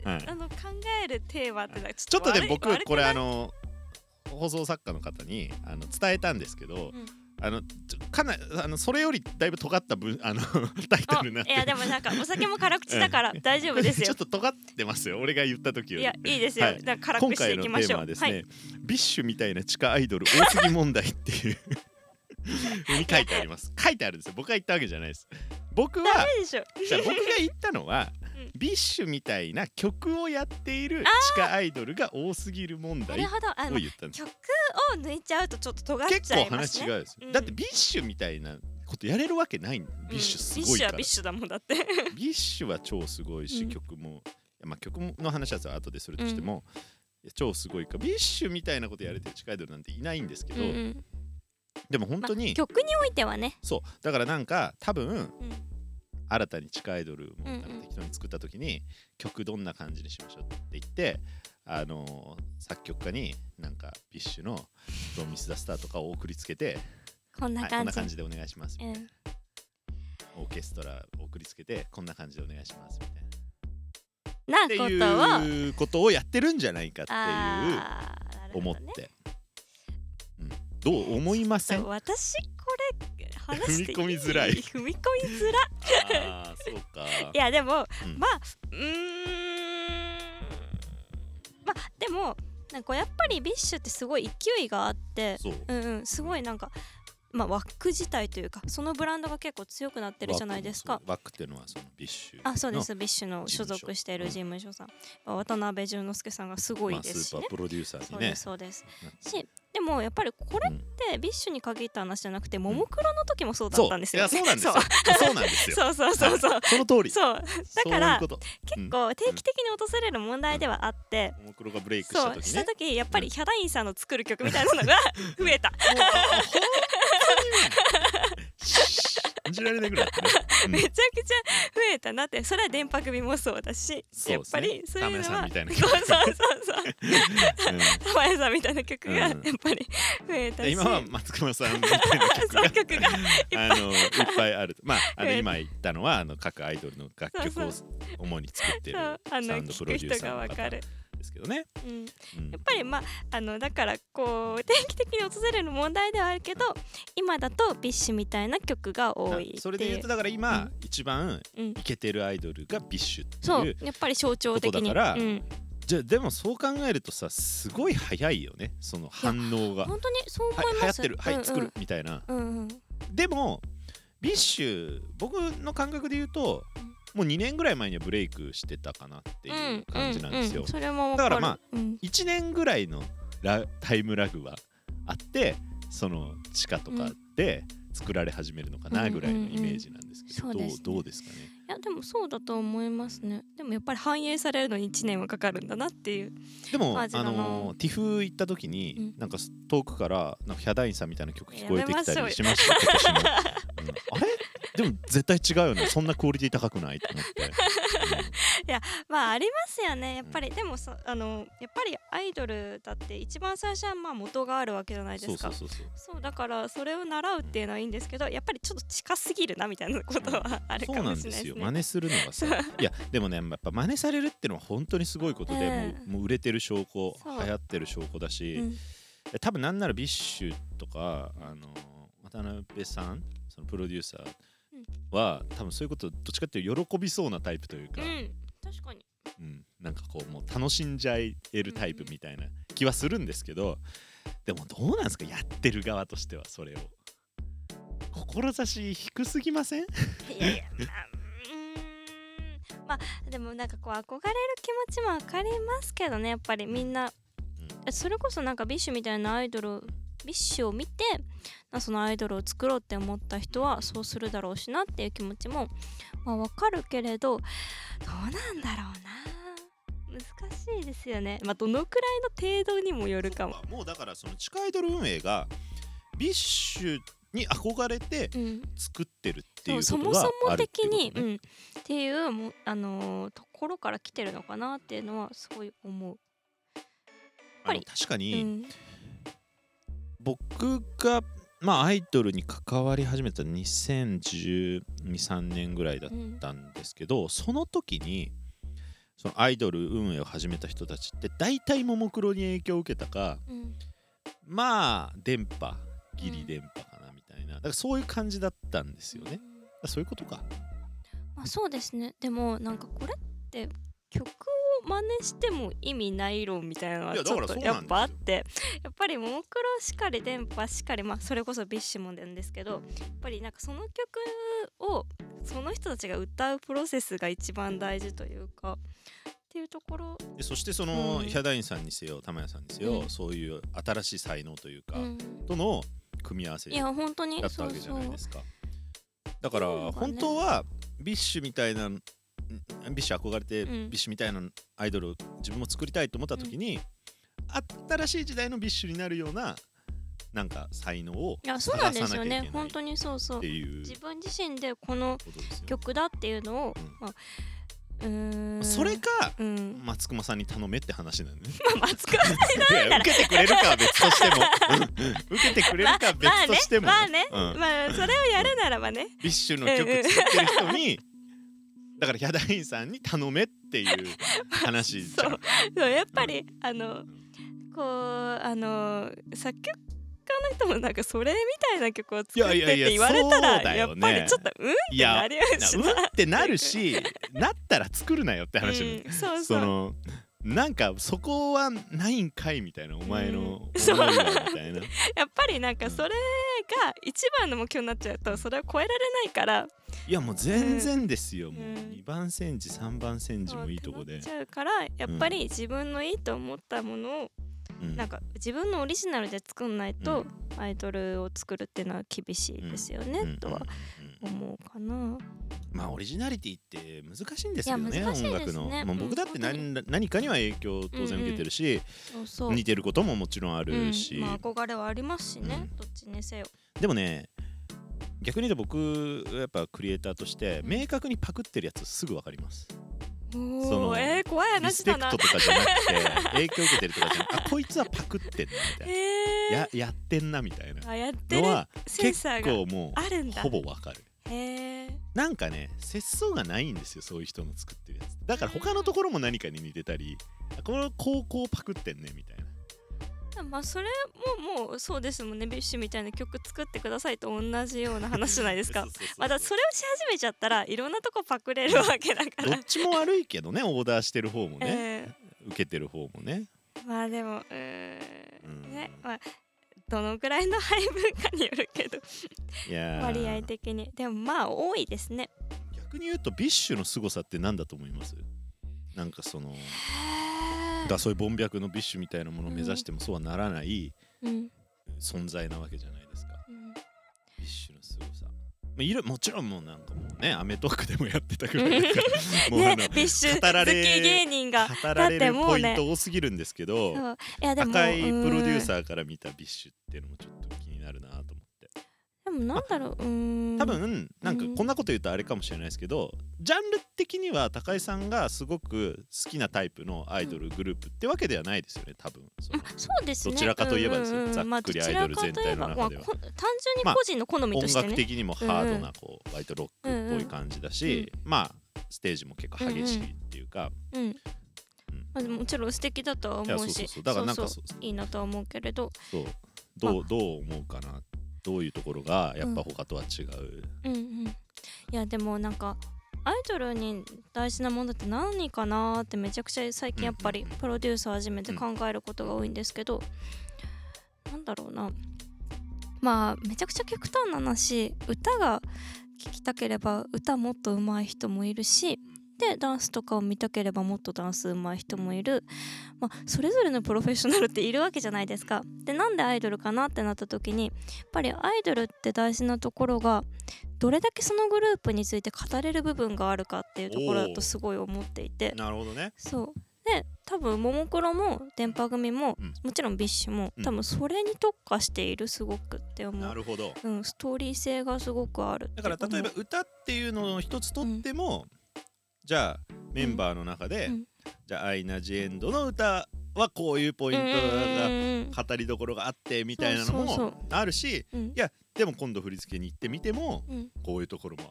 Speaker 1: はい
Speaker 2: んがあの考えるテーマってなんか
Speaker 1: ちょっと
Speaker 2: 悪
Speaker 1: ね
Speaker 2: い
Speaker 1: 僕
Speaker 2: 悪く
Speaker 1: これ
Speaker 2: ない
Speaker 1: あの放送作家の方にあの伝えたんですけど、
Speaker 2: うん
Speaker 1: あのちょかなあのそれよりだいぶ尖ったぶあの タイトルになっ
Speaker 2: あ
Speaker 1: て
Speaker 2: いやでもなんかお酒も辛口だから大丈夫です
Speaker 1: ちょ
Speaker 2: よ
Speaker 1: っと尖ってますよ俺が言った時よ
Speaker 2: い
Speaker 1: り
Speaker 2: やいいですよ、
Speaker 1: はい
Speaker 2: だから辛
Speaker 1: 今
Speaker 2: くして
Speaker 1: 回
Speaker 2: い
Speaker 1: の
Speaker 2: き
Speaker 1: テ
Speaker 2: まし
Speaker 1: ー
Speaker 2: ょ
Speaker 1: マ
Speaker 2: う
Speaker 1: はですね、
Speaker 2: はい、
Speaker 1: ビッシュみたいな地下アイドル大杉問題って いうに書いてあります書いてあるんですよ僕が言ったわけじゃないです僕は
Speaker 2: ダメでしょ
Speaker 1: じゃあ僕が言ったのは、
Speaker 2: うん
Speaker 1: ビッシュみたいな曲をやっている地下アイドルが多すぎる問
Speaker 2: な
Speaker 1: 題
Speaker 2: る
Speaker 1: を
Speaker 2: ほどあの
Speaker 1: 言ったんです
Speaker 2: 曲を抜いちゃうとちょっと尖っ
Speaker 1: 結
Speaker 2: ちゃ
Speaker 1: 構
Speaker 2: いますね
Speaker 1: 話違うですよ、
Speaker 2: うん
Speaker 1: だってビッシュみたいなことやれるわけないんだよビッシュすごいから、
Speaker 2: うんビッシュはビッシュだもん
Speaker 1: ビ
Speaker 2: だって
Speaker 1: ッシュは超すごいし、
Speaker 2: うん
Speaker 1: 曲もまあ曲の話は後でするとしても、いや超すごいからビッシュみたいなことやれてる地下アイドルなんていないんですけど、
Speaker 2: うんうん
Speaker 1: でも本当
Speaker 2: ま
Speaker 1: に、
Speaker 2: あ曲においてはね、
Speaker 1: そうだからなんか多分
Speaker 2: うん
Speaker 1: 新たに地下アイドル
Speaker 2: うん
Speaker 1: も
Speaker 2: う
Speaker 1: なんんか適当に作った時に、曲どんな感じにしましょうって言ってあのー作曲家になんかビッシュの「プロミス・ザ・スター」とかを送りつけて
Speaker 2: こん
Speaker 1: 「は
Speaker 2: ない
Speaker 1: こん
Speaker 2: 感
Speaker 1: な
Speaker 2: じ,、
Speaker 1: 感じでお願いします」みたいな
Speaker 2: うん、
Speaker 1: オーケストラ送りつけてこんな感じでお願いしますみたいな。
Speaker 2: な
Speaker 1: って
Speaker 2: ことを
Speaker 1: いうことをやってるんじゃないかっていう
Speaker 2: あーなるほどね
Speaker 1: 思って。うんどう思いません
Speaker 2: 私これ話していい
Speaker 1: 踏み込みづらい
Speaker 2: 踏み込みづらい
Speaker 1: ああそうか。
Speaker 2: いやでも、
Speaker 1: うん
Speaker 2: まあうーんまあでもなんかやっぱりビッシュってすごい勢いがあって
Speaker 1: そう。
Speaker 2: うんうんすごいなんかまあ枠自体というかそのブランドが結構強くなってるじゃないですか
Speaker 1: バックっていうのはそのビッシュの。
Speaker 2: あそうですビッシュの
Speaker 1: 事
Speaker 2: 所
Speaker 1: 務所
Speaker 2: 属している事務所さん、まあ渡辺淳之介さんがすご
Speaker 1: ま
Speaker 2: い
Speaker 1: あ
Speaker 2: で
Speaker 1: ス
Speaker 2: すし
Speaker 1: ーパ
Speaker 2: ね
Speaker 1: ープロデューサー
Speaker 2: そ
Speaker 1: に
Speaker 2: う
Speaker 1: ね
Speaker 2: です。そうです
Speaker 1: なって
Speaker 2: しでもやっぱりこれ
Speaker 1: うん
Speaker 2: ってビッシュに限った話じゃなくてももクロの時もそうだ
Speaker 1: そ
Speaker 2: っ
Speaker 1: う
Speaker 2: たんです
Speaker 1: い
Speaker 2: よ、
Speaker 1: やそうなんですよそうなんですよ
Speaker 2: そうそうそうそう
Speaker 1: はいその通り
Speaker 2: そうだから
Speaker 1: そういうこと
Speaker 2: 結構定期的に訪れる問題ではあって、
Speaker 1: ももクロがブレイクした
Speaker 2: そう
Speaker 1: 時
Speaker 2: した
Speaker 1: ね
Speaker 2: 時やっぱりヒャダインさんの作る曲みたいな のが増えた
Speaker 1: もうあ本 当に信じられなくなってねうん
Speaker 2: めちゃくちゃ増えたなってそれは電波組もそうだし
Speaker 1: そう
Speaker 2: やっ
Speaker 1: です
Speaker 2: ぱ
Speaker 1: ね
Speaker 2: りそういうのは
Speaker 1: 玉井さんみたいな
Speaker 2: そう
Speaker 1: 曲
Speaker 2: そうそうそう
Speaker 1: う
Speaker 2: 玉江さんみたいな曲がやっ
Speaker 1: うん
Speaker 2: ぱり増えた
Speaker 1: ん
Speaker 2: し、
Speaker 1: 今は松隈さんみたいな曲
Speaker 2: そう
Speaker 1: が
Speaker 2: 曲が
Speaker 1: あ のいっぱいあるとまああの
Speaker 2: うん
Speaker 1: 今言ったのはあの各アイドルの楽曲を
Speaker 2: そ
Speaker 1: 主に作ってる
Speaker 2: そう
Speaker 1: サ
Speaker 2: あ
Speaker 1: ウ
Speaker 2: の
Speaker 1: ンドプ
Speaker 2: 聞く
Speaker 1: ロデュー
Speaker 2: 人
Speaker 1: サ
Speaker 2: が
Speaker 1: ー
Speaker 2: わ
Speaker 1: の
Speaker 2: か
Speaker 1: 方で
Speaker 2: る、
Speaker 1: すけどね、
Speaker 2: うん、や
Speaker 1: うん
Speaker 2: っぱりまああのだからこう定期的に訪れる問題ではあるけど今だとビッシュみたいな曲が多いっていう
Speaker 1: それで言うとだから今、一番
Speaker 2: うん
Speaker 1: イケてるアイドルがビッシュっ
Speaker 2: そ
Speaker 1: ていう
Speaker 2: うやっぱり象徴的
Speaker 1: こ
Speaker 2: に
Speaker 1: とだから
Speaker 2: うん、
Speaker 1: じゃあでもそう考えるとさすごい早いよねその反応が。は
Speaker 2: 本当にそう思います
Speaker 1: 流行ってるはい、
Speaker 2: うんうん
Speaker 1: 作るみたいな
Speaker 2: うんうん
Speaker 1: でもビッシュ僕の感覚で言うと
Speaker 2: うん
Speaker 1: もう2年ぐらい前にはブレイクしてたかなっていう感じなんですよ
Speaker 2: うううそれもわか
Speaker 1: だから
Speaker 2: る
Speaker 1: まあ
Speaker 2: うん
Speaker 1: 1年ぐらいのラタイムラグはあってその地下とかで作られ始めるのかなぐらいのイメージなんですけど、
Speaker 2: うんうんうんうんそうですね
Speaker 1: どうどうですかね
Speaker 2: いやでもそうだと思いますねでもやっぱり反映されるのに1年はかかるんだなっていう
Speaker 1: でもあ
Speaker 2: あ違うな
Speaker 1: のーティフ行った時に、
Speaker 2: うん
Speaker 1: なんか遠くからなんかヒャダインさんみたいな曲聞こえてきた
Speaker 2: やめ
Speaker 1: り
Speaker 2: まし
Speaker 1: しました今年も、うんあれでも絶対違うよねそんなクオリティ高くないと 思って、
Speaker 2: まあありますよねやっぱり、でもそあのやっぱりアイドルだって一番最初はまあ元があるわけじゃな
Speaker 1: う
Speaker 2: い
Speaker 1: ん
Speaker 2: で
Speaker 1: そう
Speaker 2: すか
Speaker 1: そうそうそう
Speaker 2: そうだからそれを習うっていうのはいいんですけどやっぱりちょっと近すぎるなみたいなことはある
Speaker 1: そ
Speaker 2: か
Speaker 1: うな
Speaker 2: も
Speaker 1: ん
Speaker 2: しれ
Speaker 1: で
Speaker 2: ない
Speaker 1: す
Speaker 2: で
Speaker 1: よ
Speaker 2: す
Speaker 1: 真
Speaker 2: ね。
Speaker 1: 似するの がさいやでもねやっぱ真似されるってのは本当にすごいことで、
Speaker 2: うん
Speaker 1: もうもう売れてる証拠
Speaker 2: そう
Speaker 1: 流行ってる証拠だし、
Speaker 2: うん
Speaker 1: 多分なんならビッシュとかあの渡辺さんそのプロデューサーは、多分そういうことどっちかっていうと喜びそうなタイプというか、
Speaker 2: うん確かに
Speaker 1: うんなんかこうもう楽しんじゃえるタイプみたいな気はするんですけどでもどうなんですかやってる側としてはそれを志低すぎません
Speaker 2: いやいや、まあ、うーんまあでもなんかこう憧れる気持ちも分かりますけどねやっぱりみんな、それこそなんかビッシュみたいなアイドルビッシュを見てまあそのアイドルを作ろうって思った人はそうするだろうしなっていう気持ちも、まあ、分かるけれどどうなんだろうな難しいですよねまあどのくらいの程度にもよるかも。
Speaker 1: もうだからその地下アイドル運営がビッシュに憧れて
Speaker 2: うん
Speaker 1: 作ってるってい
Speaker 2: そううそ
Speaker 1: こと
Speaker 2: も
Speaker 1: が
Speaker 2: そも
Speaker 1: あるって
Speaker 2: 的
Speaker 1: いうことね
Speaker 2: にうん、っていうもうあのーところから来てるのかなっていうのはすごい思う。ぱり
Speaker 1: あの確か
Speaker 2: う
Speaker 1: に
Speaker 2: ん
Speaker 1: 僕が、まあ、アイドルに関わり始めた2013年ぐらいだっ
Speaker 2: うん
Speaker 1: たんですけど、その時にそのアイドル運営を始めた人たちって大体ももクロに影響を受けたか
Speaker 2: うん
Speaker 1: まあ電波ギリ電波かなみたいなだからそういう感じだったんですよね。あそういうことか。
Speaker 2: まあ、そうですねでもなんかこれって曲を真似しても意味ない論みたいなのはいち
Speaker 1: やだか
Speaker 2: ょ
Speaker 1: ら
Speaker 2: っと
Speaker 1: そう
Speaker 2: や
Speaker 1: なん
Speaker 2: っ
Speaker 1: ですよ
Speaker 2: ぱあってやっぱりももクロしかり電波しかり、まあ、それこそビッシュもなんですけどやっぱりなんかその曲をその人たちが歌うプロセスが一番大事というかっていうところ、
Speaker 1: でそしてその、
Speaker 2: うん
Speaker 1: ヒャダインさんにせよ玉谷さんにせよ、
Speaker 2: うん
Speaker 1: そういう新しい才能というか、
Speaker 2: うん
Speaker 1: との組み合わせ
Speaker 2: いや本当に
Speaker 1: だった
Speaker 2: そ
Speaker 1: わ
Speaker 2: う
Speaker 1: けじゃ
Speaker 2: そう
Speaker 1: ないですか。だから
Speaker 2: そうだね
Speaker 1: 本当はビッシュみたいなんビッシュ憧れて
Speaker 2: うん
Speaker 1: ビッシュみたいなアイドルを自分も作りたいと思った時に、新しい時代のビッシュになるようななんか才能を
Speaker 2: い
Speaker 1: 探
Speaker 2: や
Speaker 1: さ
Speaker 2: そう
Speaker 1: な
Speaker 2: なん
Speaker 1: き
Speaker 2: で
Speaker 1: ゃい
Speaker 2: すよ
Speaker 1: けない
Speaker 2: ね本当にそうそ
Speaker 1: っ
Speaker 2: う
Speaker 1: ていう
Speaker 2: 自分自身でこの
Speaker 1: ことですよね
Speaker 2: 曲だっていうのを、
Speaker 1: うん
Speaker 2: まあうーん
Speaker 1: それか
Speaker 2: うん
Speaker 1: 松隈さんに頼めって話なのね。
Speaker 2: まあ松倉さん
Speaker 1: いや受けてくれるかは別としても うん受けてくれるかは別としても、
Speaker 2: まあねまあ
Speaker 1: う
Speaker 2: ね
Speaker 1: ん
Speaker 2: まあそれをやるならば ね
Speaker 1: ビッシュの曲作ってる人に、だからヒャダインさんに頼めっていう話じゃん。
Speaker 2: そうやっぱりあのこうあの作曲家の人もなんかそれみたいな曲を作ってっ
Speaker 1: いやいやいや
Speaker 2: て言われた
Speaker 1: そうだ
Speaker 2: らや
Speaker 1: よ
Speaker 2: っ
Speaker 1: ね
Speaker 2: ぱりちょっとうんっ
Speaker 1: い
Speaker 2: て
Speaker 1: や
Speaker 2: なりやし
Speaker 1: なうんってなるしなったら作るなよって話なの
Speaker 2: うんそう
Speaker 1: そ
Speaker 2: そう
Speaker 1: のなんかそこはないんかいみたいなお前の
Speaker 2: うん
Speaker 1: 思い
Speaker 2: そう
Speaker 1: はみたい
Speaker 2: や
Speaker 1: な
Speaker 2: っぱりなんかそれが一番の目標になっちゃうとそれを超えられないから
Speaker 1: いやもう全然ですよ、もううん2番煎じ3番煎じ
Speaker 2: そう
Speaker 1: もいいとこで
Speaker 2: ってなっちゃうからやっぱり自分のいいと思ったものを
Speaker 1: うん
Speaker 2: なんか自分のオリジナルで作んないうとアイドルを作るっていうのは厳しいですよ
Speaker 1: うん
Speaker 2: ねとは
Speaker 1: うんうん
Speaker 2: 思うかな。
Speaker 1: まあオリジナリティって難しいんですよね
Speaker 2: いや難しいですね
Speaker 1: 音楽の、
Speaker 2: うん
Speaker 1: まあ、僕だって何,、何かには影響を当然受けてるし、
Speaker 2: そうそう。
Speaker 1: 似てることももちろんあ
Speaker 2: うん
Speaker 1: るし、
Speaker 2: まあ憧れはありますしね
Speaker 1: う。
Speaker 2: どっちにせよ。
Speaker 1: でもね逆に言うと僕やっぱクリエイターとして
Speaker 2: うん
Speaker 1: 明確にパクってるやつすぐ分かります。そ
Speaker 2: おお
Speaker 1: の
Speaker 2: えー怖い
Speaker 1: リ
Speaker 2: 話
Speaker 1: スペ
Speaker 2: だ
Speaker 1: ク
Speaker 2: な
Speaker 1: ト。とかじゃなく て影響受けてるとかじゃなくてあこいつはパクってんなみたいな、
Speaker 2: えー
Speaker 1: ややってんなみたいな
Speaker 2: あやって
Speaker 1: の
Speaker 2: る
Speaker 1: は
Speaker 2: セン
Speaker 1: 結
Speaker 2: サーが
Speaker 1: 構も
Speaker 2: あるん
Speaker 1: う
Speaker 2: だ。
Speaker 1: ほぼ分かる。
Speaker 2: へえ。
Speaker 1: なんかね節操がないんですよそういう人の作ってるやつだから他のところも何かに似てたりあこの高校パクってんねみたいな
Speaker 2: まあそれももうそうですもんね。ビッシュみたいな曲作ってくださいと同じような話じゃないですか
Speaker 1: そう。そうそうそう
Speaker 2: まだそれをし始めちゃったらいろんなとこパクれるわけだか
Speaker 1: ど
Speaker 2: ら
Speaker 1: っ。ちも悪いけどねオーダーしてる方もね、
Speaker 2: え
Speaker 1: 受けてる方もね
Speaker 2: ーまあでもうー
Speaker 1: うん
Speaker 2: んねまあどのくらいの配分かによるけど
Speaker 1: いやー
Speaker 2: 割合的にでもまあ多いですね。
Speaker 1: 逆に言うとビッシュの凄さって何だと思いますなんかそのだからそういう凡白のビッシュみたいなものを目指してもそうはならない
Speaker 2: うん
Speaker 1: 存在なわけじゃないですか
Speaker 2: うん
Speaker 1: ビッシュの凄さまあいろもちろんもうなんかもうねアメトークでもやってたぐらいだからもうあ
Speaker 2: ね
Speaker 1: の、
Speaker 2: ビッシュ
Speaker 1: 語ら
Speaker 2: 好き
Speaker 1: れ
Speaker 2: 芸人が
Speaker 1: 語られ
Speaker 2: だって
Speaker 1: る
Speaker 2: も
Speaker 1: ポ
Speaker 2: う
Speaker 1: イ
Speaker 2: ね
Speaker 1: ント多すぎるんですけど、
Speaker 2: そういやでも
Speaker 1: 高いプロデュー
Speaker 2: ー
Speaker 1: サーから見たビッシュっていうのもちょっと気になるなと思って
Speaker 2: でもなんだろううーん
Speaker 1: 多分なんかこんなこと言うとあれかもしれないですけどジャンル的には高井さんがすごく好きなタイプのアイドルグループってわけではないですよね多分そ
Speaker 2: あ
Speaker 1: の
Speaker 2: そうですね
Speaker 1: どちらかといえばです
Speaker 2: う
Speaker 1: よ
Speaker 2: んうんうん
Speaker 1: ざっくりアイドル全体の中では
Speaker 2: まあどちらかといえばまあこん単純に個人の好みと
Speaker 1: 音
Speaker 2: して
Speaker 1: 楽
Speaker 2: ね、
Speaker 1: 的にもハードなこう割とロックっぽい感じだしまあステージも結構激しいっていうか
Speaker 2: うんまあ、でももちろん素敵だとは思う
Speaker 1: いやそう
Speaker 2: し
Speaker 1: そうそうだからなんか
Speaker 2: そう
Speaker 1: そう
Speaker 2: そういいなとは思うけれど
Speaker 1: そうどうどう思うかなどういうところがやっぱ他とは違う
Speaker 2: うんうん、いやでもなんかアイドルに大事なものって何かなーってめちゃくちゃ最近やっぱ
Speaker 1: うん
Speaker 2: り
Speaker 1: うんうん
Speaker 2: プロデューサー始めて考えることが多いんですけど、なんだろうなまあめちゃくちゃ極端な話歌が聴きたければ歌もっと上手い人もいるしでダンスとかを見たければもっとダンス上手い人もいる、まあ、それぞれのプロフェッショナルっているわけじゃないですか。でなんでアイドルかなってなった時にやっぱりアイドルって大事なところがどれだけそのグループについて語れる部分があるかっていうところだとすごい思っていて
Speaker 1: なるほどね
Speaker 2: そうで多分ももクロも電波組も、
Speaker 1: うん
Speaker 2: もちろんビッシュも
Speaker 1: うん
Speaker 2: 多分それに特化しているすごくって思
Speaker 1: な
Speaker 2: う、
Speaker 1: るほど
Speaker 2: うん、ストーリー性がすごくあるって
Speaker 1: だから例えば
Speaker 2: 思う
Speaker 1: 歌っていうのを一つとっても、じゃあメンバーの中で、
Speaker 2: うん
Speaker 1: じゃあ「アイナ・ジ・エンド」の歌はこういうポイント
Speaker 2: うんう
Speaker 1: が
Speaker 2: んうん
Speaker 1: 語りどころがあってみたいなの
Speaker 2: そうそう
Speaker 1: もあるし
Speaker 2: うん
Speaker 1: いやでも今度振り付けに行ってみても
Speaker 2: うん
Speaker 1: こういうところも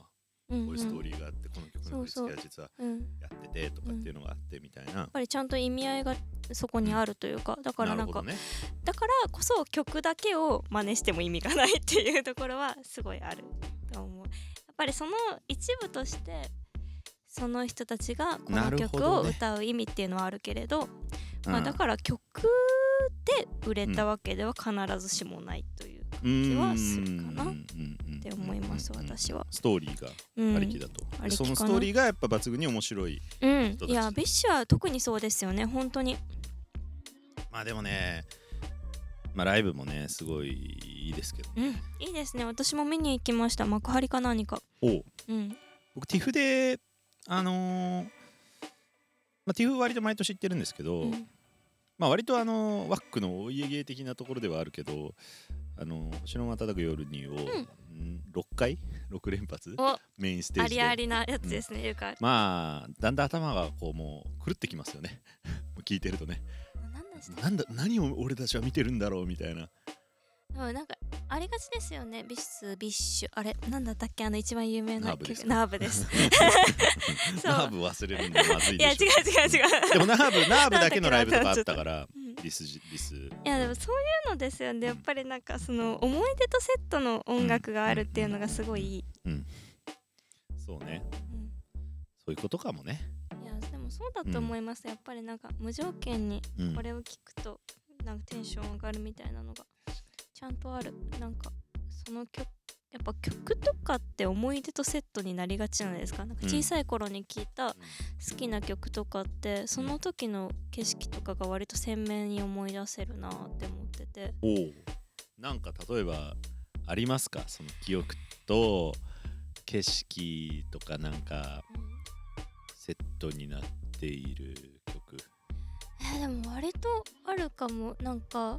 Speaker 2: うんうん
Speaker 1: こういうストーリーがあってこの曲の振り付けは実は
Speaker 2: うんやっ
Speaker 1: やっててとかっていうのがあってみたいな。
Speaker 2: ぱりちゃんと意味合いがそこにあるというかだから
Speaker 1: な
Speaker 2: な
Speaker 1: る
Speaker 2: ん
Speaker 1: ほ
Speaker 2: か
Speaker 1: どね。
Speaker 2: だからこそ曲だけを真似しても意味がないっていうところはすごいあると思うやっぱりその一部としてその人たちがこ
Speaker 1: な
Speaker 2: の
Speaker 1: るほ
Speaker 2: 曲
Speaker 1: ど
Speaker 2: を
Speaker 1: ね
Speaker 2: 歌う意味っていうのはあるけれどま
Speaker 1: う
Speaker 2: あ、
Speaker 1: ん
Speaker 2: だから曲で売れたわけでは必ずしもないというか気はするかなって思います
Speaker 1: うんうんうんうん
Speaker 2: 私は
Speaker 1: ストーリーが
Speaker 2: うん、
Speaker 1: ありきだと、
Speaker 2: ありき
Speaker 1: そ
Speaker 2: か
Speaker 1: の
Speaker 2: な
Speaker 1: ストーリーがやっぱ抜群に面白い
Speaker 2: うん
Speaker 1: 人たち
Speaker 2: いやビッシュは特にそうですよね本当に
Speaker 1: まあでもね、まあライブもね、すごいいいですけど。
Speaker 2: うんいいですね私も見に行きました幕張か何か
Speaker 1: おう
Speaker 2: うん
Speaker 1: 僕、ティフで、あのーまあ、ティフ割と毎年行ってるんですけど、
Speaker 2: うん
Speaker 1: まあ割とあのーワックのお家芸的なところではあるけど、あのー星の瞬く夜にを、うん、6回6連発
Speaker 2: お
Speaker 1: メインステー
Speaker 2: あ
Speaker 1: ジ
Speaker 2: り
Speaker 1: で
Speaker 2: ありなやつですね、ゆか
Speaker 1: まあだんだん頭がこうもう狂ってきますよね もう聞いてるとね
Speaker 2: 何でした
Speaker 1: なんだ何を俺たちは見てるんだろうみたいな
Speaker 2: うんなんかありがちですよねビスビッシュあれなんだったっけあの一番有名な
Speaker 1: ナーブです
Speaker 2: 曲ナーブ ですそう
Speaker 1: ナーブ忘れるんでまずい
Speaker 2: い
Speaker 1: でしょ
Speaker 2: や違う違う違う
Speaker 1: でもナー ブナーブだけのライブとかあったから
Speaker 2: うん
Speaker 1: リスジリス
Speaker 2: いやでもそういうのですよねやっぱりなんかその思い出とセットの音楽があるっていうのがすごいいい、
Speaker 1: そうね
Speaker 2: うん
Speaker 1: そういうことかもね、
Speaker 2: いやでもそうだと思います、やっぱりなんか無条件に
Speaker 1: うん
Speaker 2: これを聞くとなんかテンション上がるみたいなのがちゃんとあるなんかその曲やっぱ曲とかって思い出とセットになりがちなんですかなんか小さい頃に聴いた好きな曲とかってその時の景色とかが割と鮮明に思い出せるなって思ってて
Speaker 1: おおなんか例えばありますかその記憶と景色とかなんかセットになっている曲
Speaker 2: えーでも割とあるかもなんか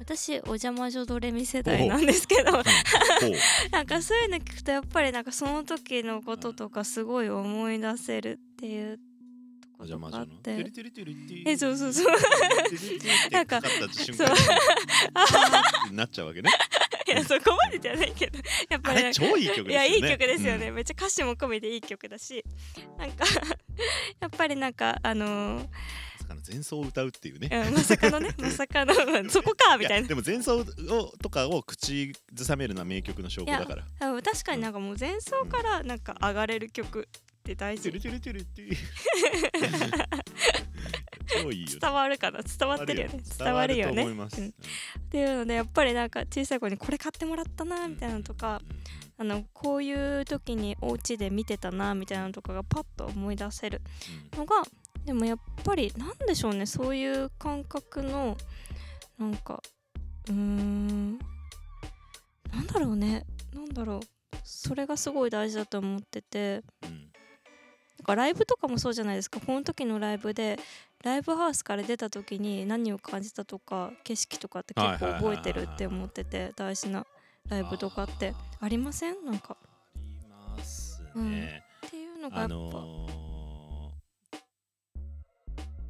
Speaker 2: 私お邪魔女ドレミ世代なんですけど
Speaker 1: ほう
Speaker 2: なんかそういうの聞くとやっぱりなんかその時のこととかすごい思い出せるっていう
Speaker 1: お
Speaker 2: とこ
Speaker 1: 邪
Speaker 2: と
Speaker 1: 魔
Speaker 2: かあ
Speaker 1: 女
Speaker 2: っ
Speaker 1: の
Speaker 2: て
Speaker 1: トゥルトゥルトゥルトゥル
Speaker 2: えそうそう そう
Speaker 1: トゥルトゥルってかかった瞬間
Speaker 2: なんか
Speaker 1: になっちゃう わけね
Speaker 2: いやそこまでじゃないけどやっぱ
Speaker 1: あ
Speaker 2: り
Speaker 1: れ
Speaker 2: なんか
Speaker 1: 超いい曲ですよね
Speaker 2: いやいい曲ですよね、
Speaker 1: うん
Speaker 2: めっちゃ歌詞も込めていい曲だしなんか やっぱりなんかあのー
Speaker 1: まさかの前奏を歌うっていうね
Speaker 2: うんまさかのねまさかのそこかみたい
Speaker 1: いや
Speaker 2: な
Speaker 1: でも前奏をとかを口ずさめるのは名曲の証拠だから
Speaker 2: あの確かになんかもう前奏からなんか上がれる曲って大
Speaker 1: ト
Speaker 2: 事
Speaker 1: ゥルトゥルトゥルトゥル 超いいよね
Speaker 2: 伝わるかな伝わってるよね伝わるよ
Speaker 1: 伝
Speaker 2: ね
Speaker 1: わると思います、
Speaker 2: うんっ
Speaker 1: うん
Speaker 2: ていうのでやっぱりなんか小さい頃にこれ買ってもらったなみたいなのとか、あのこういう時にお家で見てたなみたいなのとかがパッと思い出せるのがでもやっぱりなんでしょうねそういう感覚のなんかうーんなんだろうねなんだろうそれがすごい大事だと思ってて
Speaker 1: うんうん
Speaker 2: なんかライブとかもそうじゃないですかこの時のライブでライブハウスから出た時に何を感じたとか景色とかって結構覚えてるって思ってて大事なライブとかって
Speaker 1: あー
Speaker 2: ありませんなんか
Speaker 1: ありますね、
Speaker 2: っていうのがや
Speaker 1: あ
Speaker 2: っぱ、
Speaker 1: のー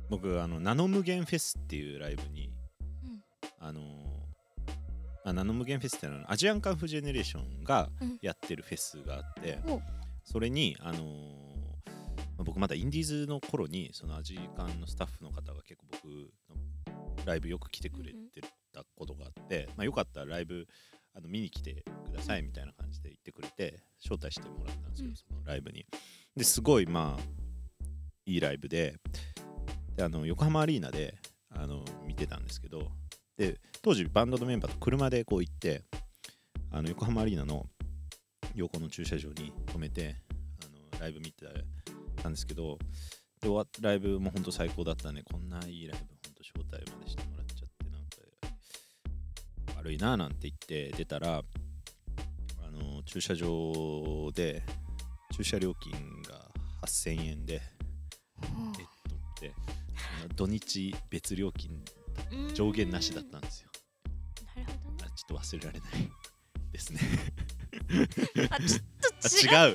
Speaker 1: 僕あのナノ無限フェスっていうライブに、
Speaker 2: うん
Speaker 1: あのーあナノ無限フェスってのはアジアンカンフージェネレーションが
Speaker 2: うん
Speaker 1: やってるフェスがあって、
Speaker 2: お
Speaker 1: それにあのーまあ僕まだインディーズの頃にそのアジカンのスタッフの方が結構僕のライブよく来てくれてたことがあって、まあ、よかったらライブあの見に来てくださいみたいな感じで言ってくれて招待してもらったんですよ、
Speaker 2: うん
Speaker 1: そのライブに。ですごいまあいいライブでであの横浜アリーナであの見てたんですけどで当時バンドのメンバーと車でこう行ってあの横浜アリーナの横の駐車場に止めてあのライブ見てたんですけどで終わっライブも本当最高だったねこんないいライブ本当招待までしてもらっちゃってなんか悪いななんて言って出たらあの駐車場で駐車料金が8000円でえっと思ってあの土日別料金上限なしだったんですよ
Speaker 2: なるほど
Speaker 1: あ
Speaker 2: ね
Speaker 1: ちょっと忘れられないですね
Speaker 2: あちょっと違う
Speaker 1: あ違
Speaker 2: なん
Speaker 1: う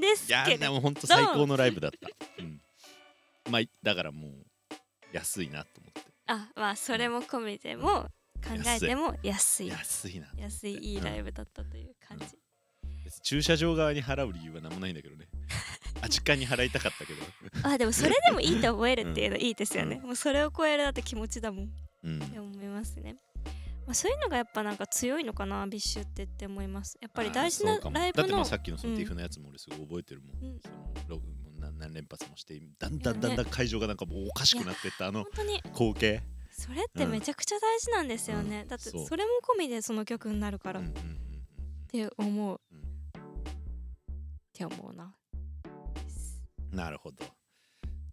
Speaker 2: です
Speaker 1: いや
Speaker 2: け
Speaker 1: ーで
Speaker 2: ど
Speaker 1: も本当最高のライブだった、うん、まあだからもう安いなと思って
Speaker 2: あまあそれも込みでも考えても安い
Speaker 1: 安いな
Speaker 2: 安いいいライブだったという感じ、
Speaker 1: 別に駐車場側に払う理由は何もないんだけ どねあ時間に払いたかったけど
Speaker 2: あでもそれでもいいと思えるっていうのいいですよね、もうそれを超えるだって気持ちだもんっ
Speaker 1: うん
Speaker 2: て思いますね、まあ、そういうのがやっぱなんか強いのかなビッシュってって思いますやっぱり大事
Speaker 1: あ
Speaker 2: な
Speaker 1: ーそうかも
Speaker 2: ライ
Speaker 1: だ
Speaker 2: ブ
Speaker 1: ってま
Speaker 2: の
Speaker 1: あさっきのその
Speaker 2: うん
Speaker 1: ティフのやつも俺すごい覚えてるもん、
Speaker 2: うん
Speaker 1: そのログも何何連発もしてだんだんだんだん会場がなんかもうおかしくなってったあの
Speaker 2: 本当に
Speaker 1: 光景
Speaker 2: それってめちゃくちゃ大事なんですよね、
Speaker 1: うん
Speaker 2: だって
Speaker 1: そう
Speaker 2: それも込みでその曲になるか
Speaker 1: う
Speaker 2: ら
Speaker 1: ん
Speaker 2: っ
Speaker 1: うんうん
Speaker 2: て思う、
Speaker 1: うん
Speaker 2: って思うな
Speaker 1: うんなるほど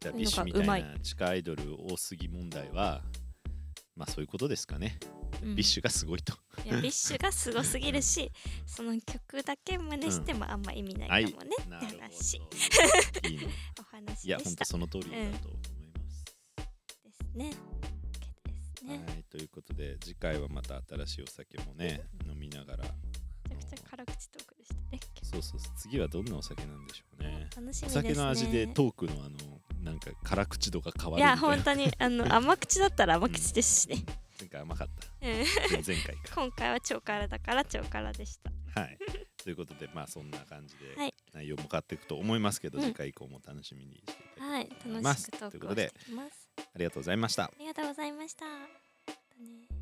Speaker 1: じ
Speaker 2: そ
Speaker 1: ゃあ
Speaker 2: ういう
Speaker 1: ビッ
Speaker 2: の
Speaker 1: シュ
Speaker 2: が
Speaker 1: み
Speaker 2: う
Speaker 1: た
Speaker 2: ま
Speaker 1: い
Speaker 2: い
Speaker 1: な地下アイドル多すぎ問題はまあそういうことですかね、
Speaker 2: うん
Speaker 1: ビッシュがすごいと
Speaker 2: いやビッシュがすごすぎる しその曲だけ真似してもあんま意味ないかもね、っ
Speaker 1: な
Speaker 2: て
Speaker 1: る
Speaker 2: 話
Speaker 1: ほどいいね
Speaker 2: お話
Speaker 1: いや
Speaker 2: で
Speaker 1: 本
Speaker 2: し
Speaker 1: 当
Speaker 2: た
Speaker 1: その通りだと思います、
Speaker 2: ですね。OK ですね。
Speaker 1: はいということで次回はまた新しいお酒もね飲みながら
Speaker 2: めちゃくちゃ辛口トークでしたね。
Speaker 1: そうそうそう次はどんなお酒なんでしょうね
Speaker 2: 楽しみですね。
Speaker 1: お酒の味でトークのあのなんか辛口度が変わ
Speaker 2: い
Speaker 1: るみた
Speaker 2: や
Speaker 1: いな
Speaker 2: 本当にあの甘口だったら甘口ですしね。
Speaker 1: 前回甘かっ
Speaker 2: うん
Speaker 1: た前前回 か
Speaker 2: 今回は超辛だから超辛でした。
Speaker 1: はいということでまあそんな感じで
Speaker 2: はい
Speaker 1: 内容も変わっていくと思いますけど、
Speaker 2: うん
Speaker 1: 次回以降も楽しみにしていただき
Speaker 2: はい
Speaker 1: 思
Speaker 2: 楽
Speaker 1: いま
Speaker 2: し
Speaker 1: す
Speaker 2: くト
Speaker 1: とい
Speaker 2: ー
Speaker 1: うこ
Speaker 2: ク
Speaker 1: と
Speaker 2: をし
Speaker 1: で
Speaker 2: てきます。
Speaker 1: ありがとうございました
Speaker 2: ありがとうございました。またね